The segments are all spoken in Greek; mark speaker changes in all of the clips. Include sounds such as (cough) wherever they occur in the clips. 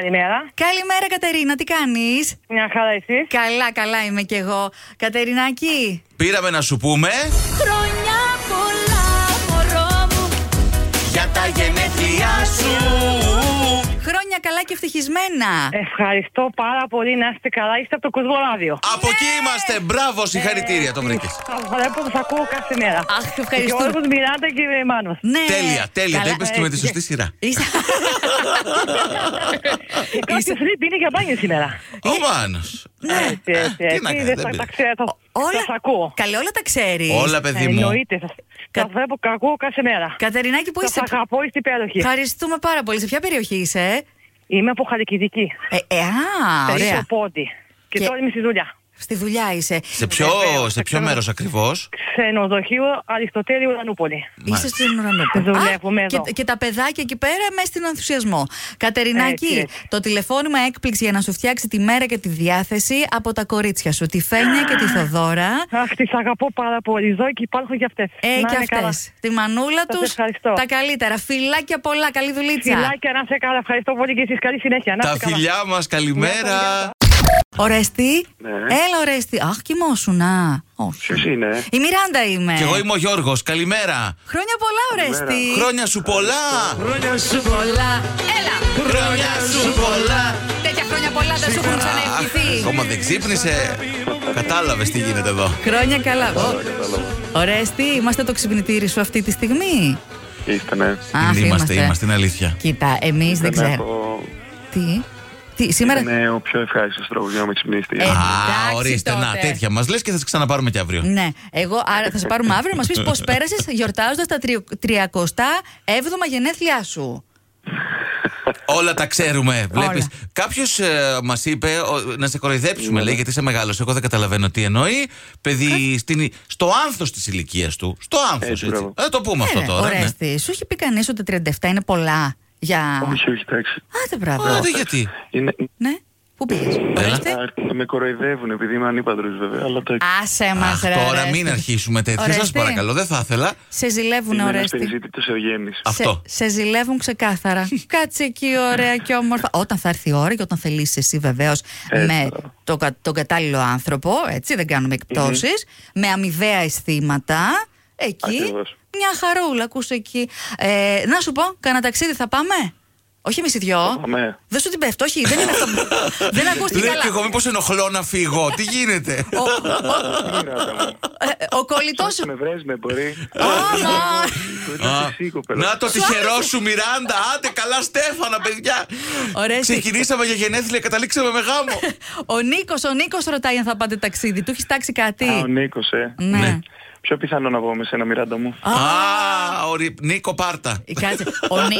Speaker 1: καλημέρα.
Speaker 2: Καλημέρα, Κατερίνα, τι κάνεις.
Speaker 1: Μια χαρά εσύ.
Speaker 2: Καλά, καλά είμαι κι εγώ. Κατερινάκη.
Speaker 3: Πήραμε να σου πούμε.
Speaker 4: Χρόνια πολλά, μωρό μου.
Speaker 3: Για τα γενέθλιά σου.
Speaker 2: Χρόνια καλά και ευτυχισμένα.
Speaker 1: Ε, Ευχαριστώ πάρα πολύ να είστε καλά. Είστε από το Κοσμοράδιο.
Speaker 3: Από εκεί είμαστε. Μπράβο, συγχαρητήρια, το βρήκε.
Speaker 1: Σας βλέπω, σας ακούω κάθε μέρα.
Speaker 2: Αχ, ευχαριστώ.
Speaker 1: Γιώργος Μιράντα και Μάνος.
Speaker 2: Ναι.
Speaker 3: Τέλεια, τέλεια.
Speaker 2: Καλά. ε,
Speaker 3: Τα είπες και με τη σωστή σειρά.
Speaker 2: Είσαι-
Speaker 1: Ε, Κάτι φλιπ είναι για μπάνιο σήμερα.
Speaker 3: Ο Μάνος.
Speaker 2: Ε,
Speaker 3: Ε,
Speaker 1: Έτσι, έτσι,
Speaker 3: τι
Speaker 1: έτσι.
Speaker 3: να κάνω,
Speaker 1: Δεν
Speaker 3: δεν
Speaker 1: θα-
Speaker 3: πειράζει.
Speaker 1: τα ξέρω, θα-
Speaker 2: Όλα.
Speaker 1: Σας ακούω.
Speaker 2: Καλέ, όλα τα ξέρεις.
Speaker 3: Όλα, παιδί μου.
Speaker 1: Εννοείται. Σας
Speaker 2: Κα-
Speaker 1: σας βλέπω και ακούω κάθε μέρα.
Speaker 2: Κατερινάκη, που
Speaker 1: Σας
Speaker 2: είσαι.
Speaker 1: αγαπώ, είστε υπέροχοι.
Speaker 2: Ευχαριστούμε πάρα πολύ. Σε ποια περιοχή είσαι,
Speaker 1: Είμαι από Χαλκιδική.
Speaker 2: ε? Ε, ε, α,
Speaker 1: Περίπου
Speaker 2: ωραία.
Speaker 1: πόντι. Και
Speaker 2: Και-
Speaker 1: τώρα είμαι στη δουλειά.
Speaker 2: Στη δουλειά είσαι.
Speaker 3: Σε ποιο,
Speaker 1: Βεβαίως,
Speaker 3: σε ποιο
Speaker 1: θα
Speaker 3: μέρος ακριβώς.
Speaker 1: Ξενοδοχείο Αριστοτέλη Ουρανούπολη.
Speaker 2: Είσαι στην Ουρανόπολη.
Speaker 1: Δουλεύουμε
Speaker 2: Α,
Speaker 1: εδώ.
Speaker 2: Και, και τα παιδάκια εκεί πέρα μέσα στην ενθουσιασμό. Κατερινάκη,
Speaker 1: Έτσι, έτσι.
Speaker 2: το τηλεφώνημα έκπληξη για να σου φτιάξει τη μέρα και τη διάθεση από τα κορίτσια σου, τη Φένια και τη Θοδώρα.
Speaker 1: Αχ, τις αγαπώ πάρα πολύ. Ζω και υπάρχω για αυτές. Να
Speaker 2: Ε,
Speaker 1: είναι
Speaker 2: και
Speaker 1: καλά.
Speaker 2: αυτέ. Τη μανούλα
Speaker 1: Σας
Speaker 2: τους.
Speaker 1: ευχαριστώ.
Speaker 2: Τα καλύτερα. Φιλάκια πολλά. Καλή δουλίτσα.
Speaker 1: Φιλάκια, να σε καλά. Ευχαριστώ πολύ και εσείς. Καλή συνέχεια. Να
Speaker 3: Τα
Speaker 1: είστε καλά.
Speaker 3: φιλιά μας, καλημέρα.
Speaker 2: Ορέστη.
Speaker 5: Ναι.
Speaker 2: Έλα, Ορέστη. Αχ, κοιμόσουν. Α, όχι.
Speaker 5: Ποιος είναι?
Speaker 2: Η Μιράντα είμαι.
Speaker 3: Και εγώ είμαι ο Γιώργος. Καλημέρα.
Speaker 2: Χρόνια πολλά,
Speaker 1: Ε.
Speaker 2: Ορέστη.
Speaker 3: Χρόνια σου πολλά.
Speaker 2: Χρόνια σου πολλά. Έλα.
Speaker 3: Χρόνια σου πολλά.
Speaker 2: Τέτοια χρόνια πολλά δεν σου έχουν
Speaker 3: Αχ,
Speaker 2: ξαναευχηθεί.
Speaker 3: Ακόμα δεν ξύπνησε. Κατάλαβες τι γίνεται εδώ.
Speaker 2: Χρόνια καλά. Ω, Ορέστη, είμαστε το ξυπνητήρι σου αυτή τη στιγμή.
Speaker 5: Είστε, ναι.
Speaker 2: Αχ,
Speaker 3: Είμαστε, είμαστε, είναι αλήθεια.
Speaker 2: Κοίτα, εμείς δεν Ναι.
Speaker 5: Ήταν
Speaker 2: ξέρω.
Speaker 5: από-
Speaker 2: Τι. Τι, σήμερα.
Speaker 5: Είναι ο πιο ευχάριστος τρόπος για να με ξυπνήσετε.
Speaker 2: Ε,
Speaker 3: Α,
Speaker 2: Εντάξει,
Speaker 3: ορίστε, να
Speaker 2: τότε.
Speaker 3: τέτοια μας λες και θα σε ξαναπάρουμε και αύριο.
Speaker 2: Ναι. Εγώ, άρα θα σε πάρουμε αύριο να μας πεις πώς
Speaker 3: (laughs)
Speaker 2: πέρασες γιορτάζοντας τα 37 γενέθλιά σου.
Speaker 3: Όλα τα ξέρουμε. Βλέπει.
Speaker 2: Όλα.
Speaker 3: Κάποιο μας είπε ο, να σε κοροϊδέψουμε, λέει, γιατί είσαι μεγάλος. Εγώ δεν καταλαβαίνω τι εννοεί. Παιδί στην, στο άνθος της ηλικίας του. Στο άνθος.
Speaker 5: Έτσι,
Speaker 3: Έτσι.
Speaker 5: μπράβο.
Speaker 3: Ε, το πούμε αυτό
Speaker 2: ρε,
Speaker 3: τώρα. ναι.
Speaker 2: Ορέστη, σου έχει πει κανείς ότι 37 είναι πολλά για.
Speaker 5: Όχι, όχι, εντάξει.
Speaker 2: Άντε,
Speaker 3: Α,
Speaker 2: μπράβο.
Speaker 3: δεν Ε, γιατί.
Speaker 5: Είναι...
Speaker 2: Ναι. Πού πήγες.
Speaker 5: Α, Με κοροϊδεύουν επειδή είμαι ανήπαντρος βέβαια, αλλά τα
Speaker 2: Άσε μας,
Speaker 3: Αχ,
Speaker 2: ρε.
Speaker 3: τώρα
Speaker 2: Ορέστη.
Speaker 3: μην αρχίσουμε τέτοια. Σα
Speaker 2: Ορέστη.
Speaker 3: παρακαλώ, δεν θα ήθελα.
Speaker 2: Σε ζηλεύουν,
Speaker 5: είναι ένας
Speaker 2: Ορέστη.
Speaker 5: περιζήτητος ευγένης.
Speaker 3: Α, Αυτό.
Speaker 2: Σε, σε ζηλεύουν
Speaker 5: (laughs)
Speaker 2: ξεκάθαρα. Κάτσε εκεί ωραία και όμορφα. Όταν θα έρθει η ώρα και όταν θελήσει εσύ βεβαίως
Speaker 5: Έτσι,
Speaker 2: με
Speaker 5: μπράβο.
Speaker 2: το, κα- τον κατάλληλο άνθρωπο, έτσι δεν κάνουμε εκπτώσεις, με αμοιβαία αισθήματα. Εκεί
Speaker 5: Ακριβώς.
Speaker 2: μια χαρούλα, ακούσε εκεί. Ε, να σου πω, κανένα ταξίδι θα πάμε. Όχι εμείς οι δυο.
Speaker 5: Πάμε.
Speaker 2: Δεν σου την πέφτω, όχι, δεν είναι αυτό. που-
Speaker 5: (laughs)
Speaker 2: δεν ακούστηκε
Speaker 3: Λέω
Speaker 2: καλά.
Speaker 3: και εγώ, μήπως ενοχλώ να φύγω. Τι γίνεται.
Speaker 2: (laughs) Ο,
Speaker 5: Τι γράτα μου.
Speaker 2: ο,
Speaker 5: (laughs)
Speaker 2: κολλητός.
Speaker 5: Όχι, με βρέσμε, μπορεί.
Speaker 2: ναι.
Speaker 5: Το ήταν
Speaker 3: Α,
Speaker 5: εσύ, κοπέλα.
Speaker 3: Να το τυχερό σου, Μιράντα. Άντε, καλά, Στέφανα, παιδιά.
Speaker 2: Ωραία, εσύ.
Speaker 3: Ξεκινήσαμε για γενέθλια, καταλήξαμε με
Speaker 2: (laughs)
Speaker 3: γάμο.
Speaker 2: Ο Νίκος ο Νίκος ρωτάει αν θα πάτε ταξίδι. Του έχεις τάξει
Speaker 5: Α, ο
Speaker 2: κάτι.
Speaker 5: Νίκος, ε.
Speaker 2: Ναι.
Speaker 3: Ναι.
Speaker 5: Πιο πιθανό να πάμε σε ένα Μιράντα μου.
Speaker 3: Α, ορι... Νίκο, πάρτα.
Speaker 2: Κάτσε. Ο, Νί...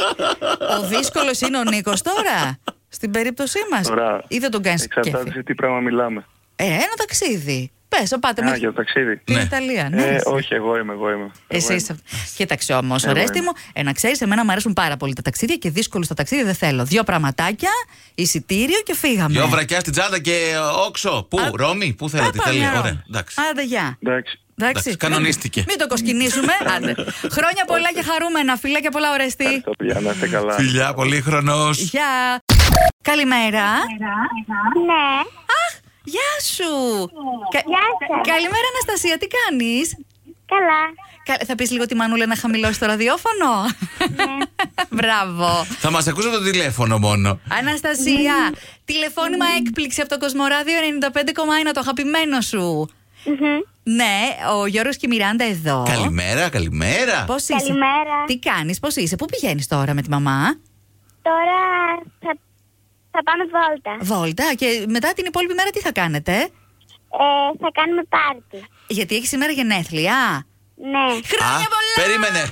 Speaker 2: ο δύσκολος είναι ο Νίκος τώρα. Στην περίπτωσή μας.
Speaker 5: Τώρα,
Speaker 2: Ή δεν τον κάνεις
Speaker 5: εξαρτάται σε τι πράγμα μιλάμε.
Speaker 2: Ε, ένα ταξίδι. Πες, πάτε
Speaker 5: Α,
Speaker 2: μέχρι
Speaker 5: για το ταξίδι.
Speaker 2: την
Speaker 3: Ναι.
Speaker 2: Ιταλία. Ναι,
Speaker 5: Ε,
Speaker 2: εσύ.
Speaker 5: όχι, Ναι, εγώ είμαι, εγώ είμαι.
Speaker 2: Εσύ
Speaker 5: Εγώ
Speaker 2: είσαι. Κοίταξε όμως,
Speaker 5: Εγώ
Speaker 2: Ορέστη
Speaker 5: είμαι.
Speaker 2: μου, ε, να ξέρεις, εμένα μου αρέσουν πάρα πολύ τα ταξίδια και δύσκολο στα ταξίδια δεν θέλω. Δύο πραγματάκια, εισιτήριο και φύγαμε.
Speaker 3: Δυο βρακιά στην τσάντα και ε, όξο. Πού, Ρώμη, πού
Speaker 2: Ναι. Α,
Speaker 3: θέλετε.
Speaker 2: πάμε
Speaker 3: Τέλεια.
Speaker 2: Ρώμη.
Speaker 3: Ωραία. Εντάξει.
Speaker 2: Άντε, γεια.
Speaker 5: Εντάξει.
Speaker 2: Εντάξει.
Speaker 3: κανονίστηκε.
Speaker 2: Μην το
Speaker 3: (laughs)
Speaker 2: κοσκινήσουμε. Άντε. Χρόνια πολλά και χαρούμενα. Φιλά και πολλά, Ορέστη.
Speaker 5: Ευχαριστώ, παιδιά, να είστε καλά.
Speaker 3: Φιλιά, πολύ χρονό.
Speaker 2: Γεια. Καλημέρα.
Speaker 6: Ναι,
Speaker 2: Αχ, γεια σου. Κα-
Speaker 6: Ε, Γεια σας.
Speaker 2: Καλημέρα, Αναστασία, τι κάνεις.
Speaker 6: καλά.
Speaker 2: Θα πεις λίγο τη μανούλα να χαμηλώσει το ραδιόφωνο.
Speaker 6: Ναι.
Speaker 2: (laughs) Μπράβο.
Speaker 3: Θα μας ακούσω το τηλέφωνο μόνο.
Speaker 6: Ναι.
Speaker 2: Αναστασία, τηλεφώνημα έκπληξη από το Κοσμοράδιο 95,1, το αγαπημένο σου.
Speaker 6: Μμμ.
Speaker 2: Ναι, ο Γιώργος και η Μιράντα εδώ.
Speaker 3: Καλημέρα, καλημέρα.
Speaker 2: Πώς είσαι,
Speaker 6: Καλημέρα.
Speaker 2: τι κάνεις, πώς είσαι, πού πηγαίνεις τώρα με τη μαμά.
Speaker 6: Τώρα θα, θα πάμε βόλτα.
Speaker 2: Βόλτα και μετά την υπόλοιπη μέρα τι θα κάνετε.
Speaker 6: Ε, θα κάνουμε πάρτι.
Speaker 2: Γιατί έχεις σήμερα γενέθλια.
Speaker 6: Ναι.
Speaker 3: Α,
Speaker 2: Χρόνια πολλά!
Speaker 3: περίμενε.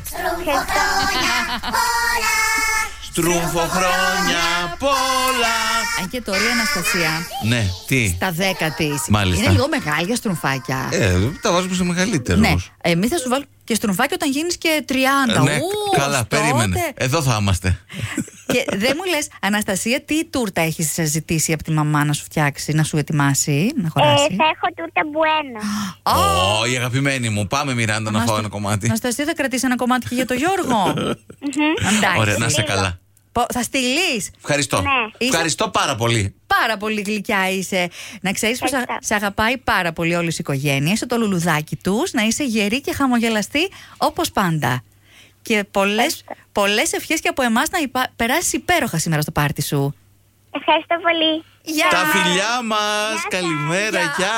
Speaker 3: Στρούμφο χρόνια πολλά.
Speaker 2: Αν και τώρα η Αναστασία
Speaker 3: Ναι, τι.
Speaker 2: στα δέκα της.
Speaker 3: Μάλιστα.
Speaker 2: Είναι λίγο μεγάλη για στρουμφάκια.
Speaker 3: Ε, τα βάζουμε σε μεγαλύτερο
Speaker 2: ναι.
Speaker 3: όμως.
Speaker 2: Εμεί θα σου βάλουμε και στρουμφάκι όταν γίνεις και 30.
Speaker 3: Ε, ναι,
Speaker 2: Ου,
Speaker 3: καλά,
Speaker 2: ως
Speaker 3: περίμενε.
Speaker 2: τότε.
Speaker 3: Εδώ θα είμαστε.
Speaker 2: και δεν μου λες, Αναστασία, τι τούρτα έχεις ζητήσει από τη μαμά να σου φτιάξει, να σου ετοιμάσει, να
Speaker 6: Ε,
Speaker 2: χωράσει.
Speaker 6: θα έχω τούρτα μπουένα.
Speaker 2: Ω,
Speaker 3: Ω, η αγαπημένη μου. Πάμε, Μιράντα, να φάω
Speaker 2: Αναστα-
Speaker 3: ένα κομμάτι. (laughs)
Speaker 2: Αναστασία, θα κρατήσει ένα κομμάτι και για το Γιώργο. Εντάξει.
Speaker 3: Ωραία, να είσαι καλά.
Speaker 2: Πο- Θα στείλεις.
Speaker 3: Ευχαριστώ.
Speaker 6: Ναι.
Speaker 3: Ευχαριστώ πάρα πολύ.
Speaker 2: Πάρα πολύ γλυκιά είσαι. Να ξέρεις που σε,
Speaker 6: Ευχαριστώ.
Speaker 2: σε αγαπάει πάρα πολύ όλη η οικογένεια. Είσαι το λουλουδάκι τους. Να είσαι γερή και χαμογελαστή όπως πάντα. Και πολλές πολλές ευχές και από εμάς να υπα... περάσεις υπέροχα σήμερα στο πάρτι σου.
Speaker 6: Ευχαριστώ πολύ.
Speaker 2: Γεια!
Speaker 3: Τα φιλιά μας.
Speaker 6: σας.
Speaker 3: Καλημέρα, γεια.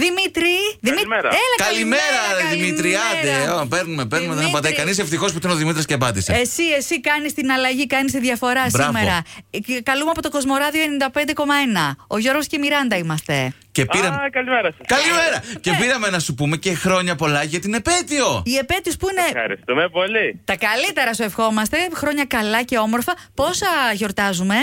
Speaker 2: Δημήτρη!
Speaker 5: Καλημέρα.
Speaker 2: Έλα,
Speaker 3: Καλημέρα, ρε
Speaker 2: καλημέρα.
Speaker 3: Δημήτρη. Άντε, Ω, παίρνουμε, παίρνουμε. Δεν
Speaker 2: Δημήτρη, Ε,
Speaker 3: απαντάει κανείς. Ευτυχώς που ήταν ο Δημήτρη και απάντησε.
Speaker 2: Εσύ, εσύ κάνεις την αλλαγή, κάνεις τη διαφορά
Speaker 3: Μπράβο.
Speaker 2: σήμερα. Ε, και Καλούμε από το Κοσμοράδιο 95,1. Ο Γιώργος και η Μιράντα είμαστε.
Speaker 3: Και πήραμε.
Speaker 5: Α, καλημέρα σας.
Speaker 3: Καλημέρα!
Speaker 2: Ε,
Speaker 3: Και πήραμε να σου πούμε και χρόνια πολλά για την επέτειο.
Speaker 2: Η επέτειος που είναι
Speaker 5: Ευχαριστούμε πολύ.
Speaker 2: Τα καλύτερα σου ευχόμαστε. Χρόνια καλά και όμορφα. Πόσα γιορτάζουμε.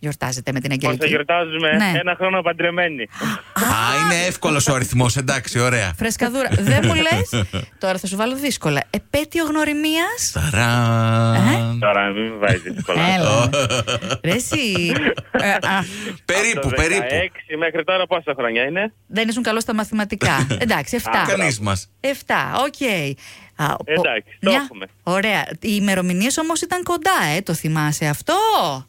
Speaker 2: Γιορτάζετε με την Αγγελική.
Speaker 5: Όσο γιορτάζουμε
Speaker 2: Ναι.
Speaker 5: ένα χρόνο παντρεμένοι.
Speaker 2: Ε,
Speaker 3: Α, είναι εύκολος ο αριθμός. Εντάξει, ωραία.
Speaker 2: Φρεσκαδούρα. Δεν μου λες. Τώρα θα σου βάλω δύσκολα. Επέτειο γνωριμίας.
Speaker 3: Ταραν.
Speaker 5: Τώρα μην με βάζεις δύσκολα.
Speaker 2: Έλα. Ρε εσύ. Ε, α,
Speaker 3: Περίπου,
Speaker 5: Από το
Speaker 3: περίπου.
Speaker 5: 16 μέχρι τώρα πόσα χρόνια είναι.
Speaker 2: δεν ήσουν καλό στα μαθηματικά. Εντάξει, 7.
Speaker 3: Κανεί μα.
Speaker 2: 7, οκ. Α, ο-
Speaker 5: Εντάξει, το έχουμε.
Speaker 2: Ωραία. Οι ημερομηνίες όμως ήταν κοντά, ε, το θυμάσαι αυτό.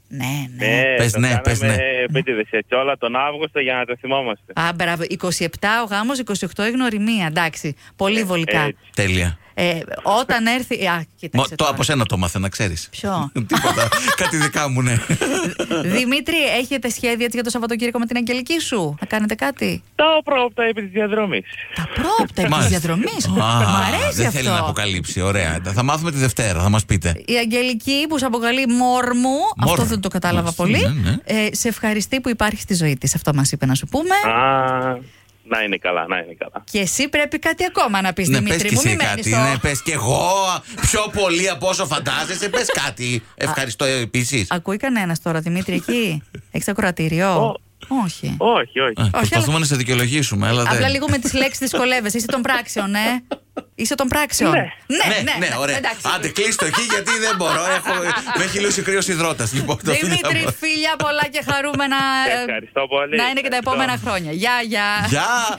Speaker 2: Ναι, ναι.
Speaker 3: Πες
Speaker 5: Ε, το
Speaker 3: ναι,
Speaker 5: κάναμε
Speaker 3: πες ναι.
Speaker 5: επίτηδες έτσι όλα τον Αύγουστο για να το θυμόμαστε.
Speaker 2: Α, μπράβο. 27 ο γάμος, 28 η γνωριμία. Εντάξει. Πολύ βολικά.
Speaker 5: Ε, έτσι.
Speaker 3: Τέλεια.
Speaker 2: Ε, όταν έρθει. Α,
Speaker 3: Μο-
Speaker 2: κοίταξε.
Speaker 3: Το
Speaker 2: τώρα.
Speaker 3: από σένα το μάθα, να ξέρεις.
Speaker 2: Ποιο?
Speaker 3: (laughs)
Speaker 2: Ε,
Speaker 3: Τίποτα. Κάτι δικά μου, ναι.
Speaker 2: Δημήτρη, έχετε σχέδια έτσι για το Σαββατοκύριακο με την Αγγελική σου. Να κάνετε κάτι.
Speaker 5: Τα πρόοπτα επί της διαδρομής.
Speaker 2: Τα πρόπτα επί της
Speaker 3: Μάλιστα.
Speaker 2: διαδρομής. Ε, Μ'
Speaker 3: Α,
Speaker 2: αρέσει
Speaker 3: Δεν θέλει να
Speaker 2: αυτό. Ε,
Speaker 3: αποκαλύψει. Ωραία. Ε, Θα μάθουμε τη Δευτέρα, θα μας πείτε.
Speaker 2: Η Αγγελική που σε αποκαλεί Μόρμου, αυτό δεν το κατάλαβα
Speaker 3: Μάλιστα,
Speaker 2: πολύ.
Speaker 3: ναι, ναι.
Speaker 2: Ε, σε ευχαριστεί που υπάρχει στη ζωή της. Αυτό μας είπε να σου πούμε.
Speaker 5: Α, να είναι καλά, να είναι καλά.
Speaker 2: Και εσύ πρέπει κάτι ακόμα να πεις,
Speaker 3: Ναι, πε
Speaker 2: Δημήτρη
Speaker 3: κι
Speaker 2: μου.
Speaker 3: εσύ
Speaker 2: Μην μένεις.
Speaker 3: κάτι. Ναι, πες κι εγώ. Πιο πολύ από όσο φαντάζεσαι, πες κάτι. Ευχαριστώ Ε, επίσης.
Speaker 2: Ακούει κανένας τώρα, Δημήτρη,
Speaker 5: (laughs)
Speaker 2: εκεί. Έχεις ακροατήριο.
Speaker 5: Ω.
Speaker 2: Όχι.
Speaker 5: Όχι, όχι.
Speaker 3: Προσπαθούμε να σε δικαιολογήσουμε, αλλά Ε, δεν.
Speaker 2: Απλά λίγο με τις λέξεις δυσκολεύεσαι. Είσαι των πράξεων, ε. Είσαι των πράξεων. Ναι, ναι, ναι.
Speaker 3: ωραία.
Speaker 2: Εντάξει.
Speaker 3: Άντε, κλείστο εκεί γιατί δεν μπορώ. Έχω, με έχει λούσει κρύος υδρότας. Λοιπόν, τα φιλιά
Speaker 2: Δημήτρη,
Speaker 3: μας.
Speaker 2: φίλια πολλά και χαρούμενα. ε,
Speaker 5: Ευχαριστώ πολύ.
Speaker 2: Να είναι και τα
Speaker 5: Ευχαριστώ.
Speaker 2: επόμενα χρόνια. Γεια, γεια.
Speaker 3: Γεια!